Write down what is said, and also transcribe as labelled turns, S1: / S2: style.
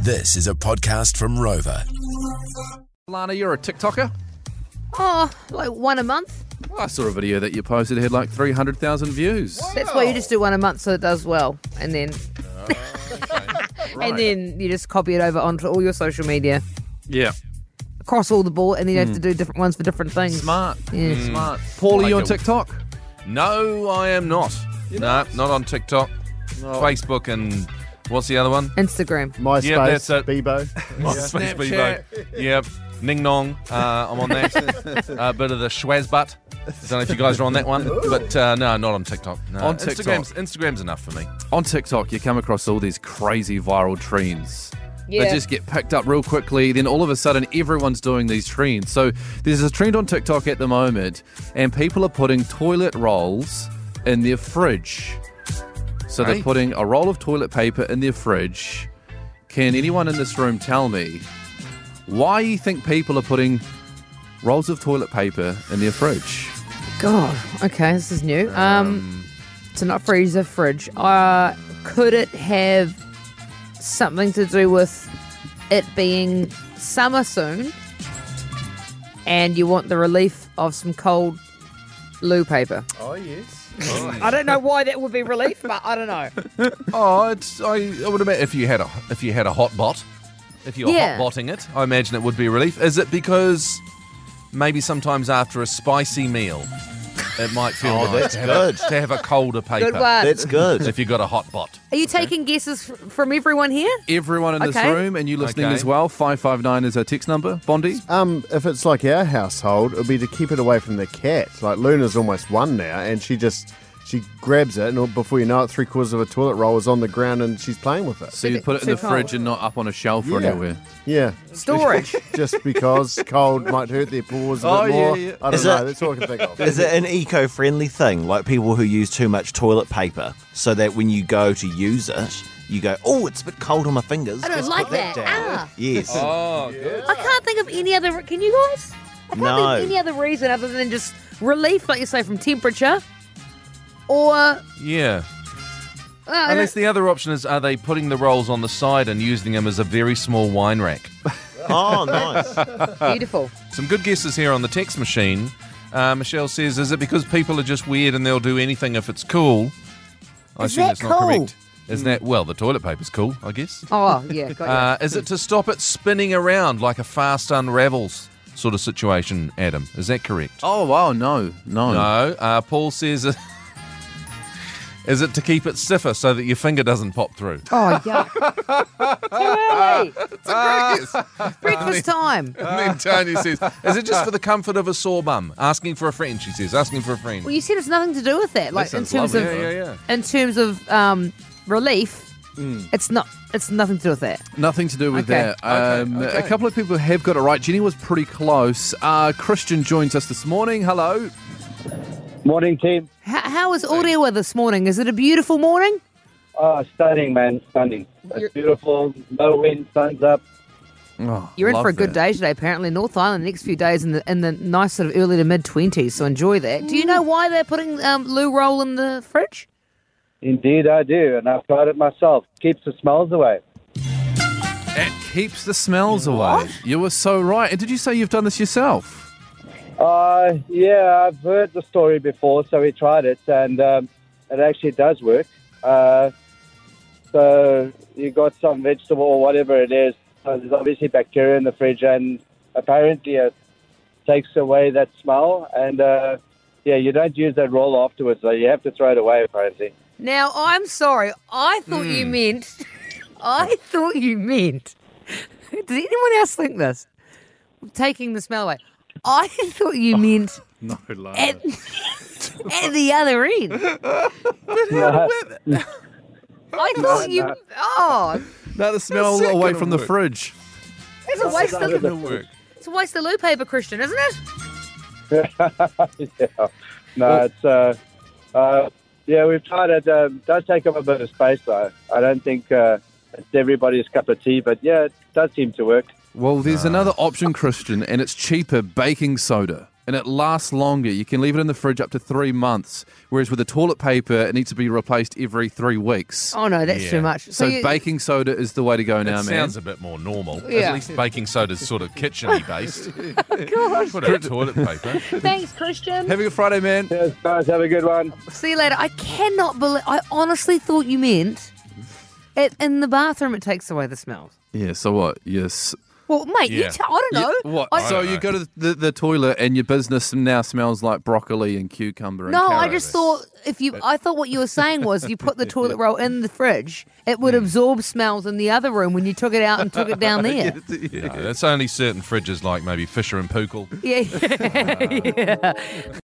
S1: This is a podcast from Rover.
S2: Lana, you're a TikToker.
S3: Oh, like one a month.
S2: I saw a video that you posted it had like 300,000 views.
S3: That's why you just do one a month so it does well, and then
S2: Oh, Right.
S3: and then you just copy it over onto all your social media
S2: Yeah.
S3: across all the board, and then you have to do different ones for different things.
S2: Hmm. Smart.
S3: Yeah.
S2: Smart. Paulie, you on
S4: it.
S2: TikTok?
S4: No, I am not. No, not on TikTok, Facebook, and what's the other one?
S3: Instagram.
S5: MySpace,
S4: Yeah, that's it.
S5: Bebo.
S4: Snapchat. Yep. Ning Nong. Uh, I'm on that. a bit of the schwazbutt. Don't know if you guys are on that one, but uh, no, not on TikTok. No.
S2: On TikTok.
S4: Instagram's, Instagram's enough for me.
S2: On TikTok, you come across all these crazy viral trends. They
S3: Yeah.
S2: just get picked up real quickly. Then all of a sudden, everyone's doing these trends. So there's a trend on TikTok at the moment, and people are putting toilet rolls in their fridge. So
S4: Hey.
S2: they're putting a roll of toilet paper in their fridge. Can anyone in this room tell me why you think people are putting rolls of toilet paper in their fridge?
S3: God. Okay, this is new. Um, to not freeze a fridge. Uh, could it have something to do with it being summer soon, and you want the relief of some cold loo paper?
S5: Oh, yes.
S3: I don't know why that would be relief, but I don't know.
S4: Oh, it's, I, I would imagine if you had a if you had a hot bot, if you were
S3: Yeah.
S4: hot botting it, I imagine it would be a relief. Is it because maybe sometimes after a spicy meal, it might feel
S6: Oh,
S4: nice
S6: that's
S4: to, have a,
S6: good.
S4: to have a colder paper.
S3: Good one.
S6: That's good.
S4: If you got a hot bot.
S3: Are you taking guesses f- from everyone here?
S2: Everyone in this
S3: Okay.
S2: room, and you listening
S4: Okay.
S2: as well, 559 is our text number. Bondi?
S3: Uh,
S5: Um, if it's like our household, it'd be to keep it away from the cat. Like Luna's almost one now, and she just she grabs it, and before you know it, three quarters of a toilet roll is on the ground, and she's playing with it.
S2: So you put it in the
S3: Too cold.
S2: fridge and not up on a shelf or
S5: Yeah.
S2: anywhere.
S5: Yeah,
S3: Storage.
S5: just because cold might hurt their paws a
S2: Oh,
S5: bit
S2: yeah,
S5: more.
S2: yeah.
S5: I don't
S6: Is
S5: know.
S6: it-
S5: That's all I can think of.
S6: Is it an eco friendly thing, like people who use too much toilet paper, so that when you go to use it, you go, oh, it's a bit cold on my fingers.
S3: I don't
S6: Let's
S3: like
S6: put that.
S3: that.
S6: down."
S3: Ah.
S6: Yes.
S4: Oh, good.
S3: I can't think of any other. Can you guys? I can't
S6: No.
S3: think of any other reason other than just relief, like you say, from temperature, or uh,
S4: Yeah.
S3: I
S4: Unless
S3: don't-
S4: the other option is, are they putting the rolls on the side and using them as a very small wine rack?
S6: Oh, nice.
S3: beautiful.
S4: Some good guesses here on the text machine. Uh, Michelle says, is it because people are just weird and they'll do anything if it's cool? I
S6: Is
S4: assume
S6: that
S4: that's not
S6: cool?
S4: correct. Isn't that, well, the toilet paper's cool, I guess.
S3: Oh yeah, got you.
S4: Uh, is it to stop it spinning around like a fast unravels sort of situation, Adam? Is that correct?
S2: Oh, wow, no,
S3: Hmm.
S2: no.
S4: No. Uh, Paul says, uh, is it to keep it stiffer so that your finger doesn't pop through?
S3: oh yeah. Too early. Breakfast time.
S4: And then Tony says, "Is it just for the comfort of a sore bum?" Asking for a friend, she says. Asking for a friend.
S3: Well, you said it's nothing to do with that. Like in
S2: sounds
S3: terms
S2: lovely.
S3: of
S2: Yeah,
S4: yeah.
S3: in terms of um, relief, it's not. It's nothing to do with that.
S2: Nothing to do with
S3: Okay.
S2: that. Um,
S4: Okay,
S2: A
S4: okay.
S2: couple of people have got it right. Jenny was pretty close. Uh, Christian joins us this morning. Hello.
S7: Morning, team.
S3: How, how is Orewa this morning? Is it a beautiful morning?
S7: Oh, stunning, man. Stunning. It's
S3: You're-
S7: beautiful. No wind, sun's up.
S2: Oh,
S3: You're in for a
S2: love
S3: good
S2: that.
S3: day today. Apparently, North Island the next few days in the in the nice sort of early to mid twenties. So enjoy that. Do you
S2: Mm.
S3: know why they're putting um, loo roll in the fridge?
S7: Indeed, I do. And I've tried it myself. Keeps the smells away.
S2: It keeps the smells away. You were so right. And did you say you've done this yourself?
S7: Uh, yeah, I've heard the story before, so we tried it, and um, it actually does work. Uh, so you got some vegetable or whatever it is. So there's obviously bacteria in the fridge, and apparently it takes away that smell. And uh, yeah, you don't use that roll afterwards, so you have to throw it away, apparently.
S3: Now, I'm sorry. I thought you
S2: Mm.
S3: meant. I thought you meant. Does anyone else think this? Taking the smell away. I thought you meant
S2: No,
S3: at, at the other end. I thought you. Oh,
S2: Now the smell
S4: that
S2: away
S4: gonna
S2: from the
S4: work?
S2: fridge.
S3: it's a waste of
S4: It'll work.
S3: it's a waste of loo paper, Christian, isn't it?
S7: yeah. No, it's uh, uh, yeah, we've tried it. Um, does take up a bit of space, though. I don't think uh, it's everybody's cup of tea, but yeah, it does seem to work.
S2: Well, there's another option, Christian, and it's cheaper baking soda. and it lasts longer. You can leave it in the fridge up to three months, whereas with the toilet paper, it needs to be replaced every three weeks.
S3: Oh no, that's
S4: Yeah.
S3: too much.
S2: So,
S3: you-
S2: baking soda is the way to go now, man.
S4: It sounds a bit more normal.
S3: Yeah.
S4: At least baking soda's sort of kitcheny based. Put it in toilet paper.
S3: Thanks, Christian.
S2: Having a Friday, man.
S7: Cheers, guys. Have a good one.
S3: See you later. I cannot believe. I honestly thought you meant it in the bathroom. It takes away the smells.
S2: Yeah. So what? Yes.
S3: Well, mate, you
S4: Yeah.
S3: t- I don't know.
S2: what?
S3: I,
S2: so
S4: don't know.
S2: you go to the, the toilet and your business now smells like broccoli and cucumber. And
S3: no, I
S2: carrot.
S3: just thought if you. I thought what you were saying was you put the toilet roll in the fridge. It would absorb smells in the other room when you took it out and took it down there.
S4: Yeah, that's only certain fridges like maybe Fisher and Pookel.
S3: yeah. yeah.